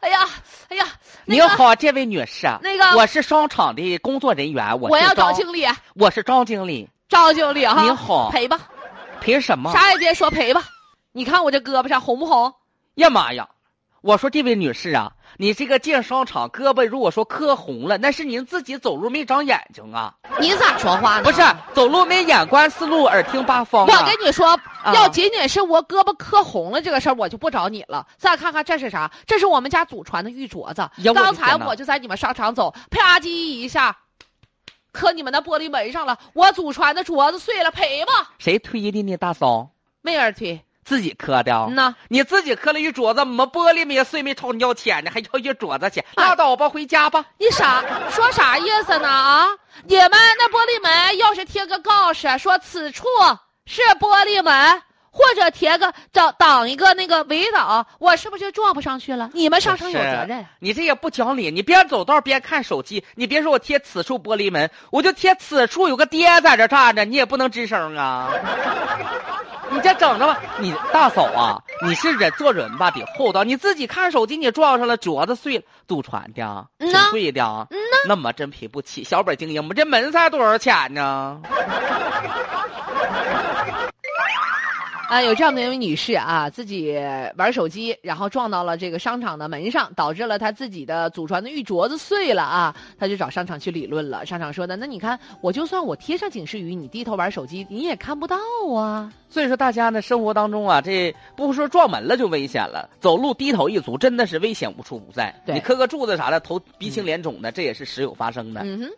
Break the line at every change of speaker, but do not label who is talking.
哎呀，哎呀，那
您
个，
好，这位女士，
那个
我是商场的工作人员，我
我
是
要找
张，
经理，
我是张经理。
赵经理哈。
您好
赔吧，
凭什么？
啥也别说，赔吧。你看我这胳膊上红不红？
呀妈呀！我说这位女士啊，你这个进商场胳膊如果说磕红了，那是您自己走路没长眼睛啊，
你咋说话呢？
不是走路没眼观四路，耳听八方啊。
我跟你说，
啊
要仅仅是我胳膊磕红了这个事儿，我就不找你了。再看看这是啥？这是我们家祖传的玉镯子
呀我。的
刚才
天哪
我就在你们商场走，啪叽一下，磕你们那玻璃门上了。我祖传的镯子碎了，赔吧。
谁推的呢？大嫂
没人推，
自己磕的啊。
嗯呐，
你自己磕了一镯子，我们玻璃没碎没朝你要钱呢，还要一镯子钱，拉倒吧，回家吧。
你啥说啥意思呢？啊，你们那玻璃门要是贴个告示说此处是玻璃门。或者贴个挡挡一个那个围挡，我是不是就撞不上去了？你们商场有
不是
责任。啊
你这也不讲理，你边走道边看手机，你别说我贴此处玻璃门，我就贴此处有个爹在这站着，你也不能吱声啊。 你这整着吧，你大嫂啊，你是人做人吧得厚道，你自己看手机你撞上了，镯子碎了，祖传的啊，挺
嗯呐
贵的啊，
嗯呐。
那么真赔不起。小本经营，我们这门才多少钱呢？
啊，有这样的一位女士啊，自己玩手机，然后撞到了这个商场的门上，导致了她自己的祖传的玉镯子碎了啊，她就找商场去理论了。商场说的，那你看，我就算我贴上警示语，你低头玩手机，你也看不到啊。
所以说，大家呢生活当中啊，这不是说撞门了就危险了，走路低头一族真的是危险无处不在。
对
你磕个柱子啥的，头鼻青
嗯
脸肿的，这也是时有发生的。
嗯哼。